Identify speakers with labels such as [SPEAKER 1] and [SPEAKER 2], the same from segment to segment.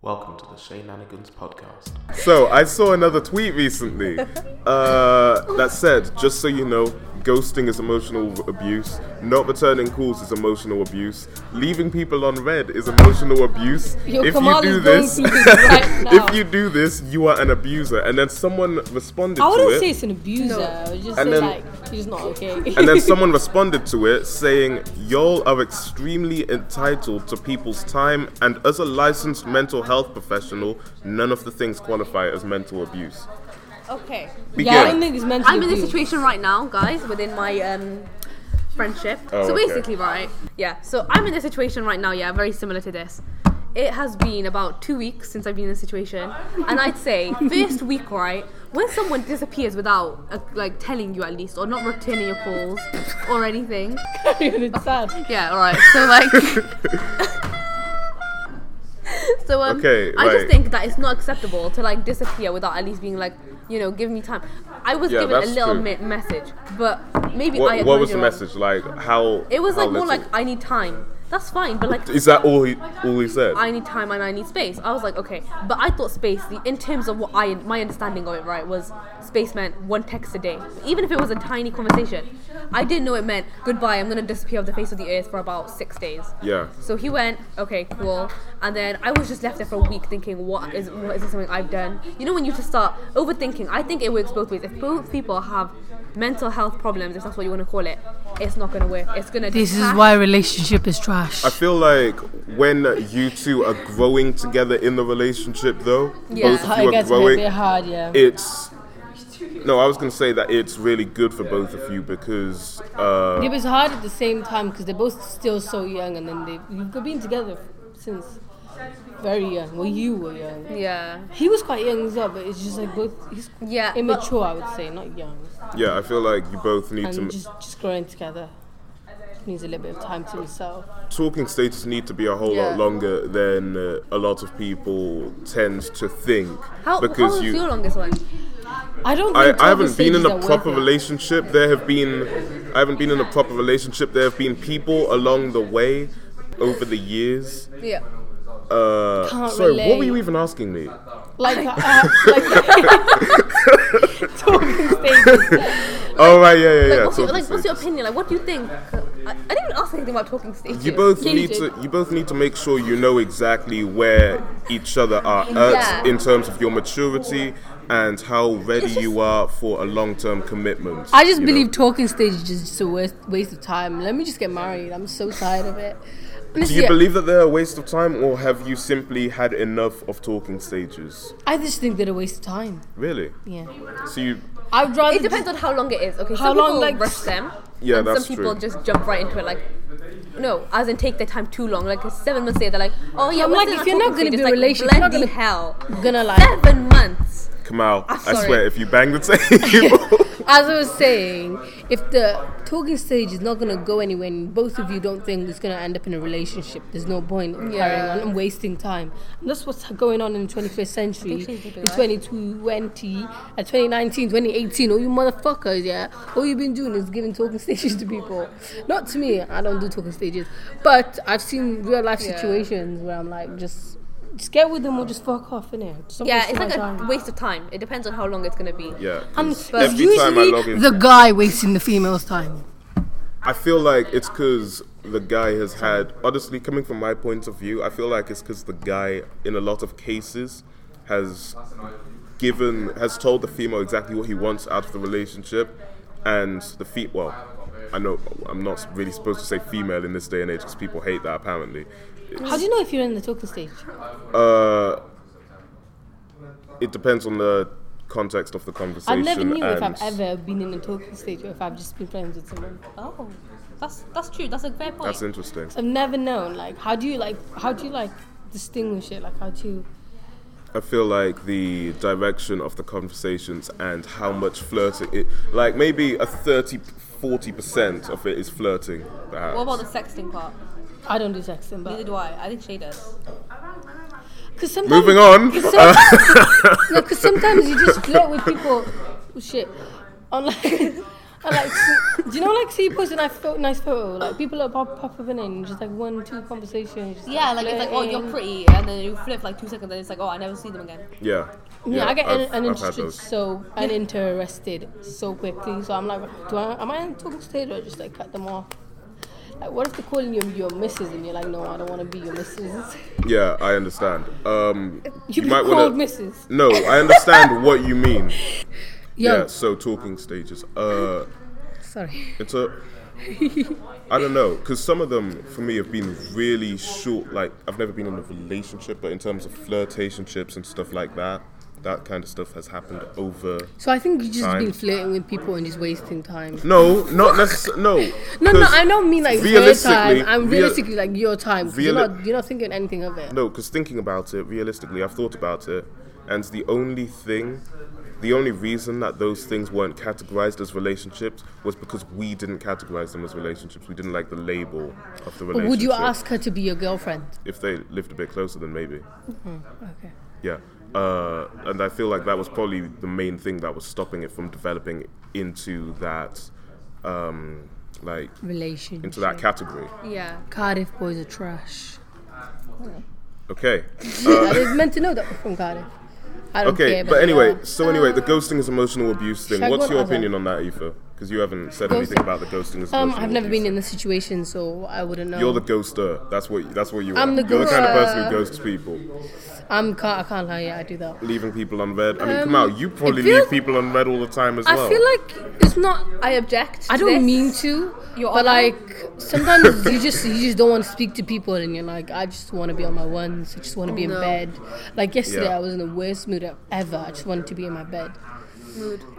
[SPEAKER 1] Welcome to the Shane Nanigans podcast.
[SPEAKER 2] So I saw another tweet recently uh, that said, just so you know, ghosting is emotional abuse. Not returning calls is emotional abuse. Leaving people on red is emotional abuse.
[SPEAKER 3] Yo,
[SPEAKER 2] if
[SPEAKER 3] Kamal
[SPEAKER 2] you do
[SPEAKER 3] is going
[SPEAKER 2] this,
[SPEAKER 3] through this right now.
[SPEAKER 2] if you do this, you are an abuser. And then someone responded
[SPEAKER 3] I
[SPEAKER 2] to
[SPEAKER 3] wouldn't
[SPEAKER 2] it.
[SPEAKER 3] say it's an abuser. I would just
[SPEAKER 2] And
[SPEAKER 3] say
[SPEAKER 2] then-
[SPEAKER 3] like you're just not okay.
[SPEAKER 2] and then someone responded to it saying, Y'all are extremely entitled to people's time, and as a licensed mental health professional, none of the things qualify as mental abuse.
[SPEAKER 4] Okay.
[SPEAKER 2] Begin.
[SPEAKER 3] yeah, I don't think it's meant to
[SPEAKER 4] I'm in
[SPEAKER 3] be
[SPEAKER 4] this
[SPEAKER 3] abused.
[SPEAKER 4] situation right now, guys, within my um friendship.
[SPEAKER 2] Oh,
[SPEAKER 4] so
[SPEAKER 2] okay.
[SPEAKER 4] basically, right? Yeah. So I'm in this situation right now, yeah, very similar to this. It has been about two weeks since I've been in this situation, and I'd say first week, right, when someone disappears without uh, like telling you at least, or not returning your calls or anything.
[SPEAKER 3] it's sad.
[SPEAKER 4] Yeah, all right. So like. so um,
[SPEAKER 2] Okay,
[SPEAKER 4] I
[SPEAKER 2] right.
[SPEAKER 4] just think that it's not acceptable to like disappear without at least being like, you know, give me time. I was
[SPEAKER 2] Yeah,
[SPEAKER 4] given a
[SPEAKER 2] that's
[SPEAKER 4] little
[SPEAKER 2] true.
[SPEAKER 4] me- message, but maybe I.
[SPEAKER 2] What, what was
[SPEAKER 4] acknowledge
[SPEAKER 2] the
[SPEAKER 4] it wrong.
[SPEAKER 2] message? Like, how.
[SPEAKER 4] It was
[SPEAKER 2] how
[SPEAKER 4] like more like
[SPEAKER 2] little-
[SPEAKER 4] I need time. That's fine, but like
[SPEAKER 2] Is that all he, all he said?
[SPEAKER 4] I need time and I need space. I was like, okay, but I thought space, the, in terms of what I my understanding of it, right, was space meant one text a day, even if it was a tiny conversation. I didn't know it meant goodbye. I'm gonna disappear off the face of the earth for about six days.
[SPEAKER 2] Yeah.
[SPEAKER 4] So he went, okay, cool, and then I was just left there for a week thinking, what is what is this something I've done? You know when you just start overthinking. I think it works both ways. If both people have mental health problems, if that's what you want to call it, it's not gonna work. It's gonna.
[SPEAKER 5] This is
[SPEAKER 4] detach.
[SPEAKER 5] why relationship is trash.
[SPEAKER 2] I feel like when you two are growing together in the relationship, though,
[SPEAKER 4] Yeah.
[SPEAKER 2] both of
[SPEAKER 3] It
[SPEAKER 2] you are
[SPEAKER 3] gets a bit-
[SPEAKER 2] growing.
[SPEAKER 3] bit hard, yeah.
[SPEAKER 2] It's. No, I was going to say that it's really good for both of you because. Uh,
[SPEAKER 3] it was hard at the same time because they're both still so young, and then they you've been together since very young. Well, you were young.
[SPEAKER 4] Yeah.
[SPEAKER 3] He was quite young as well, but it's just like both. He's
[SPEAKER 4] Yeah, but-
[SPEAKER 3] immature, I would say, not young.
[SPEAKER 2] Yeah, I feel like you both need to.
[SPEAKER 3] And just just growing together Just needs a little bit of time to himself.
[SPEAKER 2] talking stages need to be a whole lot
[SPEAKER 4] Yeah.
[SPEAKER 2] longer than uh, a lot of people tend to think.
[SPEAKER 4] How, how
[SPEAKER 2] because
[SPEAKER 4] was
[SPEAKER 2] you,
[SPEAKER 4] your longest one?
[SPEAKER 3] I don't.
[SPEAKER 2] I,
[SPEAKER 3] Think
[SPEAKER 2] I haven't been in a
[SPEAKER 3] conversations are worth
[SPEAKER 2] proper
[SPEAKER 3] it.
[SPEAKER 2] relationship. There have been, I haven't been in a proper relationship. There have been people along the way, over the years.
[SPEAKER 4] Yeah.
[SPEAKER 2] Uh,
[SPEAKER 3] Can't
[SPEAKER 2] sorry, what were
[SPEAKER 3] relate.
[SPEAKER 2] you even asking me?
[SPEAKER 3] Like, uh, like talking stages.
[SPEAKER 2] oh right, yeah, yeah, yeah.
[SPEAKER 4] Like, what's, your,
[SPEAKER 2] talking
[SPEAKER 4] like what's your
[SPEAKER 2] stages.
[SPEAKER 4] opinion? Like, what do you think? I, I didn't even ask anything about talking stages.
[SPEAKER 2] You both
[SPEAKER 3] Yeah, you
[SPEAKER 2] need
[SPEAKER 3] do.
[SPEAKER 2] to you both need to make sure you know exactly where each other are at
[SPEAKER 4] Yeah.
[SPEAKER 2] in terms of your maturity and how ready you are for a long term commitment.
[SPEAKER 3] I just
[SPEAKER 2] you know?
[SPEAKER 3] believe talking stage is just a waste, waste of time. Let me just get married. I'm so tired of it.
[SPEAKER 2] Do
[SPEAKER 3] Honestly,
[SPEAKER 2] you believe that they're a waste of time, or have you simply had enough of talking stages?
[SPEAKER 3] I just think they're a waste of time.
[SPEAKER 2] Really?
[SPEAKER 3] Yeah.
[SPEAKER 2] So you,
[SPEAKER 3] I would rather.
[SPEAKER 4] It depends on how long it is. Okay,
[SPEAKER 3] How
[SPEAKER 4] some
[SPEAKER 3] long,
[SPEAKER 4] people
[SPEAKER 3] like,
[SPEAKER 4] rush them.
[SPEAKER 2] Yeah,
[SPEAKER 4] and
[SPEAKER 2] that's
[SPEAKER 4] Some people
[SPEAKER 2] true.
[SPEAKER 4] just jump right into it. Like, no, as in take their time too long. Like seven months later, they're like, oh yeah.
[SPEAKER 3] I'm
[SPEAKER 4] we're
[SPEAKER 3] like,
[SPEAKER 4] still
[SPEAKER 3] if you're not gonna
[SPEAKER 4] talking
[SPEAKER 3] be in
[SPEAKER 4] stages,
[SPEAKER 3] a
[SPEAKER 4] like,
[SPEAKER 3] relationship, you're not
[SPEAKER 4] bloody
[SPEAKER 3] gonna-
[SPEAKER 4] hell.
[SPEAKER 3] gonna lie.
[SPEAKER 4] Seven months.
[SPEAKER 2] Kamal,
[SPEAKER 4] I'm
[SPEAKER 2] I
[SPEAKER 4] sorry.
[SPEAKER 2] swear, if you bang the table,
[SPEAKER 3] As I was saying, if the talking stage is not gonna go anywhere, and both of you don't think it's gonna end up in a relationship, there's no point in carrying
[SPEAKER 4] Yeah.
[SPEAKER 3] on and wasting time. And that's what's going on in the 21st century,
[SPEAKER 4] I think she's
[SPEAKER 3] in
[SPEAKER 4] right.
[SPEAKER 3] 2020, uh, 2019, 2018. All you motherfuckers, yeah. All you've been doing is giving talking stages to people. Not to me. I don't do talking stages, but I've seen real life
[SPEAKER 4] Yeah.
[SPEAKER 3] situations where I'm like, just, just get with them or just fuck off, innit? Just don't
[SPEAKER 4] Yeah,
[SPEAKER 3] waste
[SPEAKER 4] it's
[SPEAKER 3] my
[SPEAKER 4] like
[SPEAKER 3] time.
[SPEAKER 4] a waste of time. It depends on how long it's gonna be.
[SPEAKER 2] yeah.
[SPEAKER 3] And
[SPEAKER 2] 'cause
[SPEAKER 3] it's
[SPEAKER 2] every time I
[SPEAKER 3] usually
[SPEAKER 2] log in,
[SPEAKER 5] the guy wasting the female's time.
[SPEAKER 2] I feel like it's because the guy has had, honestly, coming from my point of view, I feel like it's because the guy, in a lot of cases, has given, has told the female exactly what he wants out of the relationship, and the feet, well, I know I'm not really supposed to say female in this day and age because people hate that apparently.
[SPEAKER 3] How do you know if you're in the talking stage?
[SPEAKER 2] Uh, it depends on the context of the conversation.
[SPEAKER 3] I've never knew if
[SPEAKER 2] and-
[SPEAKER 3] I've ever been in a talking stage or if I've just been friends with someone.
[SPEAKER 4] Oh, that's that's true. That's a fair point.
[SPEAKER 2] That's interesting.
[SPEAKER 3] I've never known. Like, how do you like? How do you like distinguish it? Like, how do you?
[SPEAKER 2] I feel like the direction of the conversations and how much flirting it like maybe a 30 40% of it is flirting perhaps.
[SPEAKER 4] what about the sexting part?
[SPEAKER 3] I don't do sexting,
[SPEAKER 4] Neither
[SPEAKER 3] but
[SPEAKER 4] do I. I think she does.
[SPEAKER 3] because sometimes
[SPEAKER 2] Moving on.
[SPEAKER 3] Cause sometimes, no, 'cause sometimes you just flirt with people. Oh, shit, on like And like, see- do you know like see you post a nice photo, nice pho- Like people are pop popping in, and just like one, two conversations. just,
[SPEAKER 4] Yeah, like it's like, oh, you're
[SPEAKER 3] flirting.
[SPEAKER 4] pretty, and then you flip like two seconds, and it's like, oh, I never see them again.
[SPEAKER 2] Yeah.
[SPEAKER 3] Yeah, I get
[SPEAKER 2] I've-
[SPEAKER 3] un-
[SPEAKER 2] I've had
[SPEAKER 3] uninterested
[SPEAKER 2] those.
[SPEAKER 3] so uninterested so quickly. So I'm like, do I am I in talking stage or just like cut them off? Like, what if they're calling you your missus and you're like, no, I don't want to be your missus.
[SPEAKER 2] Yeah, I understand. Um,
[SPEAKER 3] You've
[SPEAKER 2] you
[SPEAKER 3] been
[SPEAKER 2] might
[SPEAKER 3] called
[SPEAKER 2] want to.
[SPEAKER 3] missus.
[SPEAKER 2] No, I understand what you mean.
[SPEAKER 3] Yo,
[SPEAKER 2] Yeah. So talking stages. Uh,
[SPEAKER 3] sorry.
[SPEAKER 2] it's a. I don't know, because some of them for me have been really short. Like I've never been in a relationship, but in terms of flirtationships and stuff like that, that kind of stuff has happened over.
[SPEAKER 3] So I think you've just
[SPEAKER 2] Fine.
[SPEAKER 3] been flirting with people and just wasting time.
[SPEAKER 2] No, not necessarily. No.
[SPEAKER 3] No, no,
[SPEAKER 2] 'cause-
[SPEAKER 3] I don't mean like your
[SPEAKER 2] realistically-
[SPEAKER 3] time. I'm
[SPEAKER 2] real-
[SPEAKER 3] realistically like your time. 'cause you're
[SPEAKER 2] reali-
[SPEAKER 3] not you're not thinking anything of it.
[SPEAKER 2] No, because thinking about it, realistically, I've thought about it, and the only thing, the only reason that those things weren't categorized as relationships was because we didn't categorize them as relationships. We didn't like the label of the relationship.
[SPEAKER 3] But would you ask her to be your girlfriend?
[SPEAKER 2] If they lived a bit closer, then maybe.
[SPEAKER 3] Okay.
[SPEAKER 2] Yeah. Uh, and I feel like that was probably the main thing that was stopping it from developing into that, um, like,
[SPEAKER 3] Relationship.
[SPEAKER 2] into that category.
[SPEAKER 4] Yeah.
[SPEAKER 3] Cardiff boys are trash.
[SPEAKER 2] Okay.
[SPEAKER 3] I was meant to know that we're from Cardiff. I don't
[SPEAKER 2] Okay,
[SPEAKER 3] care.
[SPEAKER 2] but anyway,
[SPEAKER 3] yeah.
[SPEAKER 2] so anyway, the ghosting is emotional abuse thing.
[SPEAKER 3] Shall I go
[SPEAKER 2] What's
[SPEAKER 3] on
[SPEAKER 2] your
[SPEAKER 3] other?
[SPEAKER 2] opinion on that, Aoife? Because you haven't said anything
[SPEAKER 3] Ghosting.
[SPEAKER 2] about the ghosting is emotional.
[SPEAKER 3] um, I've never
[SPEAKER 2] abuse.
[SPEAKER 3] been in this situation, so I wouldn't know.
[SPEAKER 2] You're the ghoster. That's what. That's what you are.
[SPEAKER 3] I'm the
[SPEAKER 2] You're the kind of person
[SPEAKER 3] ghoster.
[SPEAKER 2] who ghosts people,
[SPEAKER 3] I'm can't, I can't lie. Yeah, I do that.
[SPEAKER 2] leaving people unread. I mean,
[SPEAKER 3] Um,
[SPEAKER 2] come out. You probably
[SPEAKER 3] I feel-
[SPEAKER 2] leave people unread all the time as
[SPEAKER 3] I
[SPEAKER 2] well.
[SPEAKER 3] feel like it's not.
[SPEAKER 4] I object.
[SPEAKER 3] I
[SPEAKER 4] to
[SPEAKER 3] don't
[SPEAKER 4] this.
[SPEAKER 3] mean to,
[SPEAKER 4] You're
[SPEAKER 3] but
[SPEAKER 4] on-
[SPEAKER 3] like sometimes you just you just don't want to speak to people, and you're like, I just want to be on my ones. I just want to be in
[SPEAKER 4] No.
[SPEAKER 3] bed. Like yesterday,
[SPEAKER 2] Yeah.
[SPEAKER 3] I was in the worst mood e-, ever. I just wanted to be in my bed.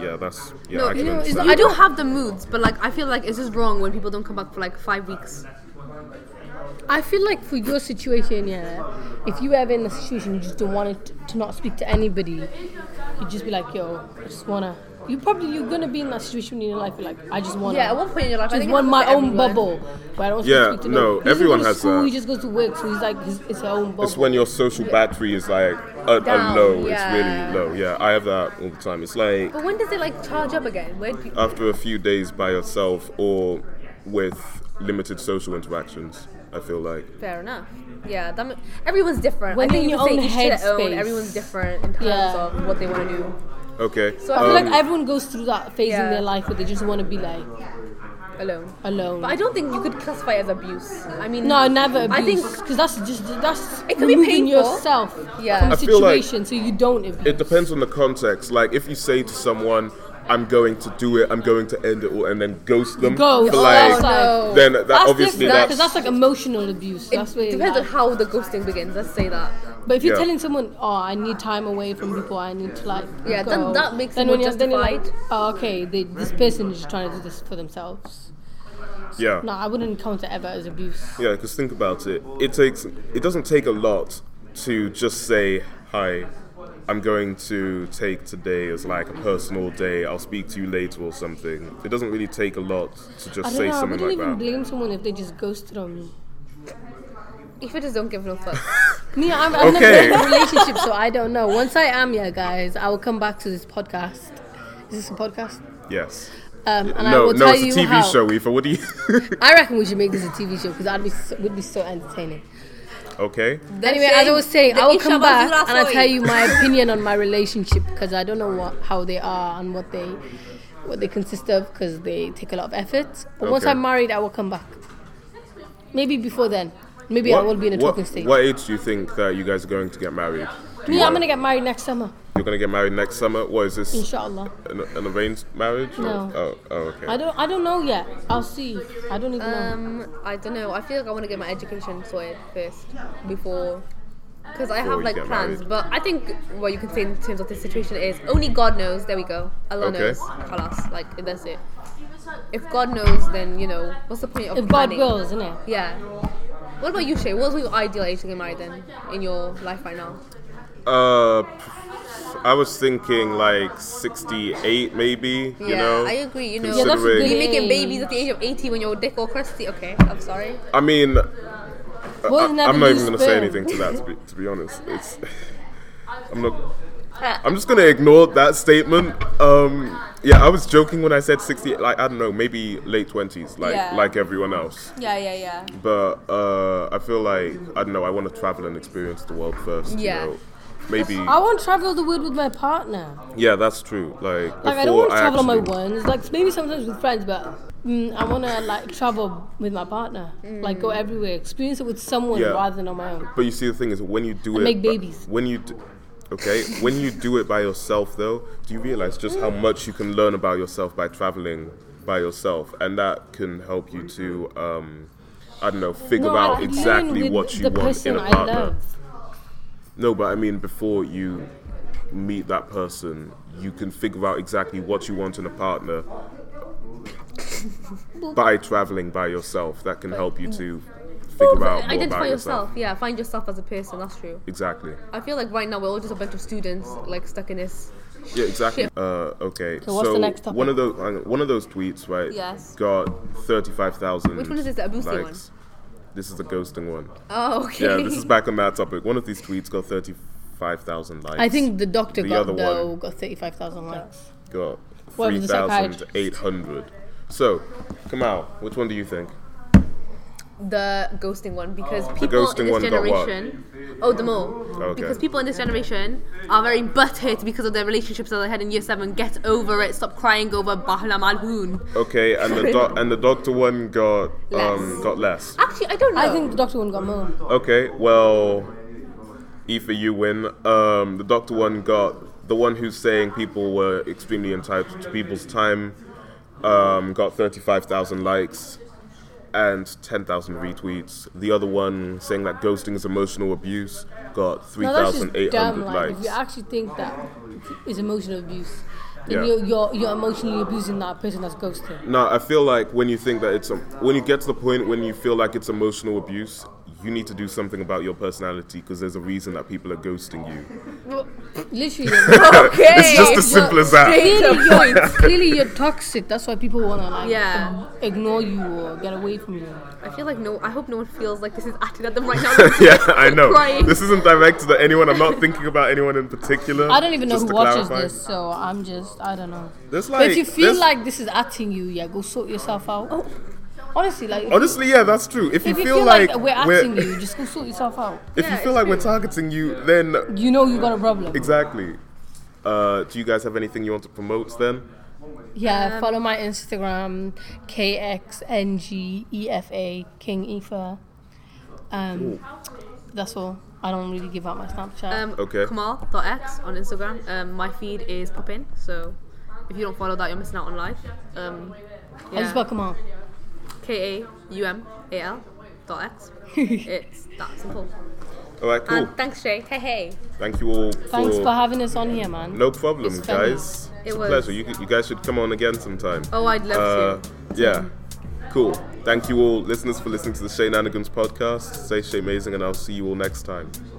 [SPEAKER 2] yeah, that's. Yeah,
[SPEAKER 4] No,
[SPEAKER 2] I
[SPEAKER 4] you
[SPEAKER 2] can
[SPEAKER 3] know, it's
[SPEAKER 2] understand.
[SPEAKER 4] I don't have the moods, but like I feel like it's just wrong when people don't come back for like five weeks.
[SPEAKER 3] I feel like for your situation, yeah, if you ever in a situation you just don't want to, to not speak to anybody, you'd just be like, yo, I just wanna. You probably you're gonna be in that situation in your life. You're like, I just wanna.
[SPEAKER 4] Yeah, at one point in your life, I
[SPEAKER 3] just
[SPEAKER 4] think it
[SPEAKER 3] want my
[SPEAKER 4] happens to
[SPEAKER 3] own
[SPEAKER 4] everyone.
[SPEAKER 3] bubble. But I don't
[SPEAKER 2] Yeah,
[SPEAKER 3] speak to
[SPEAKER 2] no,
[SPEAKER 3] He doesn't
[SPEAKER 2] everyone
[SPEAKER 3] go to
[SPEAKER 2] has
[SPEAKER 3] school,
[SPEAKER 2] that.
[SPEAKER 3] He just goes to work, so he's like, his, it's her own bubble.
[SPEAKER 2] It's when your social battery is like a, a
[SPEAKER 4] Down,
[SPEAKER 2] low.
[SPEAKER 4] yeah.
[SPEAKER 2] It's really low. Yeah, I have that all the time. It's like
[SPEAKER 4] But when does it like charge up again? Where do you,
[SPEAKER 2] after a few days by yourself or with limited social interactions. I feel like.
[SPEAKER 4] fair enough. Yeah, that, ma- everyone's different.
[SPEAKER 3] When
[SPEAKER 4] I think
[SPEAKER 3] in
[SPEAKER 4] you
[SPEAKER 3] your
[SPEAKER 4] say
[SPEAKER 3] own
[SPEAKER 4] each to their own.
[SPEAKER 3] headspace.
[SPEAKER 4] Everyone's different in terms
[SPEAKER 3] Yeah.
[SPEAKER 4] of what they want to do.
[SPEAKER 2] Okay.
[SPEAKER 4] So I
[SPEAKER 3] I feel
[SPEAKER 2] um,
[SPEAKER 3] like everyone goes through that phase in
[SPEAKER 4] Yeah.
[SPEAKER 3] their life where they just want to be like
[SPEAKER 4] Alone.
[SPEAKER 3] alone.
[SPEAKER 4] But I don't think you could classify it as abuse. I mean,
[SPEAKER 3] no, never abuse.
[SPEAKER 4] I think-
[SPEAKER 3] because that's just that's
[SPEAKER 4] It can be
[SPEAKER 3] removing
[SPEAKER 4] painful.
[SPEAKER 3] yourself
[SPEAKER 4] Yeah.
[SPEAKER 3] from
[SPEAKER 4] I
[SPEAKER 3] a
[SPEAKER 2] feel like-
[SPEAKER 3] situation so you don't abuse.
[SPEAKER 2] It depends on the context. Like if you say to someone, "I'm going to do it. I'm going to end it all," and then ghost them,
[SPEAKER 3] Ghost.
[SPEAKER 2] for
[SPEAKER 3] Oh,
[SPEAKER 2] like,
[SPEAKER 3] that's like-
[SPEAKER 2] then that obviously
[SPEAKER 3] different,
[SPEAKER 2] that's,
[SPEAKER 3] because that's like emotional abuse.
[SPEAKER 4] It
[SPEAKER 3] that's where
[SPEAKER 4] depends on
[SPEAKER 3] like-
[SPEAKER 4] how the ghosting begins. Let's say that.
[SPEAKER 3] But if you're
[SPEAKER 2] Yeah.
[SPEAKER 3] telling someone, "Oh, I need time away from people. I need to like
[SPEAKER 4] Yeah,
[SPEAKER 3] go,"
[SPEAKER 4] then that makes it
[SPEAKER 3] when
[SPEAKER 4] more
[SPEAKER 3] you're- then you're like,
[SPEAKER 4] justified.
[SPEAKER 3] oh, okay, they, this person is just trying to do this for themselves.
[SPEAKER 2] yeah,
[SPEAKER 3] No, I wouldn't count it ever as abuse.
[SPEAKER 2] yeah. Because think about it. It takes. It doesn't take a lot to just say hi. I'm going to take today as like a personal day. I'll speak to you later or something. It doesn't really take a lot to
[SPEAKER 3] I
[SPEAKER 2] just
[SPEAKER 3] don't
[SPEAKER 2] say
[SPEAKER 3] know. I
[SPEAKER 2] something
[SPEAKER 3] wouldn't
[SPEAKER 2] like
[SPEAKER 3] even
[SPEAKER 2] that.
[SPEAKER 3] blame someone if they just ghosted on me.
[SPEAKER 4] If it just don't give no fuck.
[SPEAKER 3] Me, I'm, I'm
[SPEAKER 2] Okay.
[SPEAKER 3] never in a relationship, so I don't know. Once I am, yeah, guys, I will come back to this podcast. Is this a podcast?
[SPEAKER 2] Yes.
[SPEAKER 3] Um, and I
[SPEAKER 2] no,
[SPEAKER 3] will
[SPEAKER 2] no,
[SPEAKER 3] tell
[SPEAKER 2] it's a
[SPEAKER 3] you
[SPEAKER 2] TV
[SPEAKER 3] how.
[SPEAKER 2] show, Eva. What do you?
[SPEAKER 3] I reckon we should make this a TV show because I'd be so, would be so entertaining.
[SPEAKER 2] okay.
[SPEAKER 3] anyway, as I was saying,
[SPEAKER 4] The
[SPEAKER 3] I will
[SPEAKER 4] Isha
[SPEAKER 3] come
[SPEAKER 4] was
[SPEAKER 3] back
[SPEAKER 4] last
[SPEAKER 3] and I'll
[SPEAKER 4] night.
[SPEAKER 3] tell you my opinion on my relationship because I don't know what, how they are and what they what they consist of because they take a lot of effort. But once
[SPEAKER 2] Okay.
[SPEAKER 3] I'm married, I will come back. Maybe before then. Maybe I will be in a
[SPEAKER 2] what,
[SPEAKER 3] talking stage.
[SPEAKER 2] What age do you think that you guys are going to get married? Do
[SPEAKER 3] Me,
[SPEAKER 2] you
[SPEAKER 3] I'm
[SPEAKER 2] wanna-
[SPEAKER 3] gonna get married next summer,
[SPEAKER 2] You're gonna get married next summer. What is this?
[SPEAKER 3] inshallah.
[SPEAKER 2] An, an arranged marriage? or-
[SPEAKER 3] No.
[SPEAKER 2] Oh, oh, okay.
[SPEAKER 3] I don't, I don't know yet. I'll see. I don't even know.
[SPEAKER 4] Um, I don't know. I feel like I want to get my education sorted first before, because
[SPEAKER 2] Before
[SPEAKER 4] I have
[SPEAKER 2] you
[SPEAKER 4] like
[SPEAKER 2] get
[SPEAKER 4] plans.
[SPEAKER 2] married.
[SPEAKER 4] But I think what you can say in terms of this situation is only God knows. There we go. Allah
[SPEAKER 2] Okay.
[SPEAKER 4] knows. Khalas. Like that's it. If God knows, then you know what's the point of
[SPEAKER 3] If God
[SPEAKER 4] planning?
[SPEAKER 3] wills, isn't it?
[SPEAKER 4] Yeah. What about you, Shay? What's your ideal age to get married then in your life right now?
[SPEAKER 2] Uh, I was thinking like 68, maybe. You
[SPEAKER 4] yeah,
[SPEAKER 2] know.
[SPEAKER 4] I agree. You know,
[SPEAKER 3] Yeah, that's a good
[SPEAKER 2] considering.
[SPEAKER 4] you're
[SPEAKER 3] age.
[SPEAKER 4] making babies at the age of 80 when you're dick or crusty. Okay, I'm sorry.
[SPEAKER 2] I mean, uh,
[SPEAKER 3] Well,
[SPEAKER 2] I,
[SPEAKER 3] never
[SPEAKER 2] am not
[SPEAKER 3] use
[SPEAKER 2] even gonna say
[SPEAKER 3] sperm.
[SPEAKER 2] anything to that. To be, to be honest, it's I'm not. I'm just gonna ignore that statement. Um, yeah, I was joking when I said 60. Like I don't know, maybe late 20s, like
[SPEAKER 4] Yeah.
[SPEAKER 2] like everyone else.
[SPEAKER 4] Yeah, yeah, yeah.
[SPEAKER 2] But uh, I feel like I don't know. I want to travel and experience the world first.
[SPEAKER 4] Yeah.
[SPEAKER 2] You know? Maybe.
[SPEAKER 3] I want to travel the world with my partner.
[SPEAKER 2] Yeah, that's true. Like,
[SPEAKER 3] Like I don't
[SPEAKER 2] before
[SPEAKER 3] want to travel on my
[SPEAKER 2] actually-
[SPEAKER 3] own. It's like maybe sometimes with friends, but mm, I want to like travel with my partner, like go everywhere, experience it with someone
[SPEAKER 2] Yeah.
[SPEAKER 3] rather than on my own.
[SPEAKER 2] But you see, the thing is, when you do it,
[SPEAKER 3] make
[SPEAKER 2] by-
[SPEAKER 3] babies.
[SPEAKER 2] When you, d- okay, when you do it by yourself, though, do you realize just
[SPEAKER 3] Mm.
[SPEAKER 2] how much you can learn about yourself by traveling by yourself, and that can help you to, um, I don't know, figure
[SPEAKER 3] I
[SPEAKER 2] out
[SPEAKER 3] learn
[SPEAKER 2] exactly
[SPEAKER 3] with
[SPEAKER 2] what you
[SPEAKER 3] the
[SPEAKER 2] want in
[SPEAKER 3] person
[SPEAKER 2] a
[SPEAKER 3] I
[SPEAKER 2] partner.
[SPEAKER 3] love.
[SPEAKER 2] No, but I mean, before you meet that person, you can figure out exactly what you want in a partner by traveling by yourself. That can help you to figure out more
[SPEAKER 4] Identify
[SPEAKER 2] about
[SPEAKER 4] yourself. Yeah, find yourself as a person. That's true.
[SPEAKER 2] Exactly.
[SPEAKER 4] I feel like right now we're all just a bunch of students, like stuck in this.
[SPEAKER 2] Yeah, exactly. Uh, okay.
[SPEAKER 3] So what's the next topic?
[SPEAKER 2] One of those, hang on, one of those tweets, right?
[SPEAKER 4] Yes.
[SPEAKER 2] Got thirty-five thousand.
[SPEAKER 4] Which one is this, the Abusi one?
[SPEAKER 2] likes. This is the ghosting one.
[SPEAKER 4] Oh, okay.
[SPEAKER 2] Yeah, this is back on that topic. One of these tweets got thirty-five thousand likes.
[SPEAKER 3] I think the doctor
[SPEAKER 2] The other
[SPEAKER 3] got though
[SPEAKER 2] one.
[SPEAKER 3] got thirty-five thousand likes.
[SPEAKER 2] got
[SPEAKER 3] What
[SPEAKER 2] three
[SPEAKER 3] was the
[SPEAKER 2] thousand
[SPEAKER 3] psychiatrist?
[SPEAKER 2] eight hundred. So, come out. Which one do you think?
[SPEAKER 4] the ghosting one because people
[SPEAKER 2] ghosting
[SPEAKER 4] in this
[SPEAKER 2] one got what?
[SPEAKER 4] generation oh the mole
[SPEAKER 2] Okay.
[SPEAKER 4] because people in this generation are very butthurt because of their relationships that they had in year 7 get over it stop crying over bahla malhoun
[SPEAKER 2] Okay, and the doc and the doctor one got um
[SPEAKER 4] Less.
[SPEAKER 2] got less.
[SPEAKER 4] actually I don't know
[SPEAKER 3] I think the doctor one got more.
[SPEAKER 2] Okay, well, Aoife, you win. Um, the doctor one got the one who's saying people were extremely entitled to people's time. Um, got thirty-five thousand likes and ten thousand retweets. The other one saying that ghosting is emotional abuse got three
[SPEAKER 3] No, that's
[SPEAKER 2] thousand
[SPEAKER 3] just
[SPEAKER 2] eight
[SPEAKER 3] damn
[SPEAKER 2] hundred
[SPEAKER 3] like if
[SPEAKER 2] likes.
[SPEAKER 3] you actually think that is emotional abuse, then
[SPEAKER 2] Yeah.
[SPEAKER 3] you're, you're you're emotionally abusing that person that's ghosting.
[SPEAKER 2] No, I feel like when you think that it's um, when you get to the point when you feel like it's emotional abuse, you need to do something about your personality because there's a reason that people are ghosting you.
[SPEAKER 3] Literally,
[SPEAKER 4] okay
[SPEAKER 2] It's just as simple as that.
[SPEAKER 3] clearly you're clearly you're toxic. That's why people wanna like
[SPEAKER 4] Yeah.
[SPEAKER 3] ignore you or get away from you.
[SPEAKER 2] Uh,
[SPEAKER 4] I feel like no I hope no one feels like this is acting at them right now
[SPEAKER 2] yeah, I know.
[SPEAKER 4] Crying.
[SPEAKER 2] This isn't directed at anyone. I'm not thinking about anyone in particular.
[SPEAKER 3] I don't even know
[SPEAKER 2] just
[SPEAKER 3] who
[SPEAKER 2] to
[SPEAKER 3] watches
[SPEAKER 2] clarify.
[SPEAKER 3] this, so I'm just I don't know.
[SPEAKER 2] There's
[SPEAKER 3] but
[SPEAKER 2] like-
[SPEAKER 3] if you feel
[SPEAKER 2] there's-
[SPEAKER 3] like this is acting you, yeah, go sort yourself out. Honestly, like if,
[SPEAKER 2] Honestly, yeah, that's true. If,
[SPEAKER 3] if
[SPEAKER 2] you feel, like,
[SPEAKER 3] we're acting you, just go sort yourself out.
[SPEAKER 2] if
[SPEAKER 4] Yeah,
[SPEAKER 2] you feel
[SPEAKER 4] it's
[SPEAKER 2] like we're targeting you, then
[SPEAKER 3] You know you got a problem.
[SPEAKER 2] exactly. Uh, do you guys have anything you want to promote then?
[SPEAKER 4] Um,
[SPEAKER 3] Yeah, follow my Instagram, KXNGEFA, E King Efa. Um, that's all. I don't really give out my Snapchat.
[SPEAKER 4] um,
[SPEAKER 2] Okay.
[SPEAKER 4] Kamal.x on Instagram um, my feed is poppin so if you don't follow that you're missing out on life um,
[SPEAKER 3] I just
[SPEAKER 4] yeah.
[SPEAKER 3] got Kamal.
[SPEAKER 4] K-A-U-M-A-L dot X it's that simple
[SPEAKER 2] All right, cool.
[SPEAKER 4] And thanks, Shay. Hey, hey.
[SPEAKER 2] Thank you all.
[SPEAKER 3] Thanks
[SPEAKER 2] for
[SPEAKER 3] for having us on here, man.
[SPEAKER 2] No problem,
[SPEAKER 3] It's fun.
[SPEAKER 2] guys.
[SPEAKER 4] It
[SPEAKER 2] It's a
[SPEAKER 4] was.
[SPEAKER 2] pleasure. You, you guys should come on again sometime.
[SPEAKER 4] Oh, I'd love to.
[SPEAKER 2] uh, Yeah. Cool. Thank you all, listeners, for listening to the Shay Nanigans podcast. Stay Shay Amazing, and I'll see you all next time.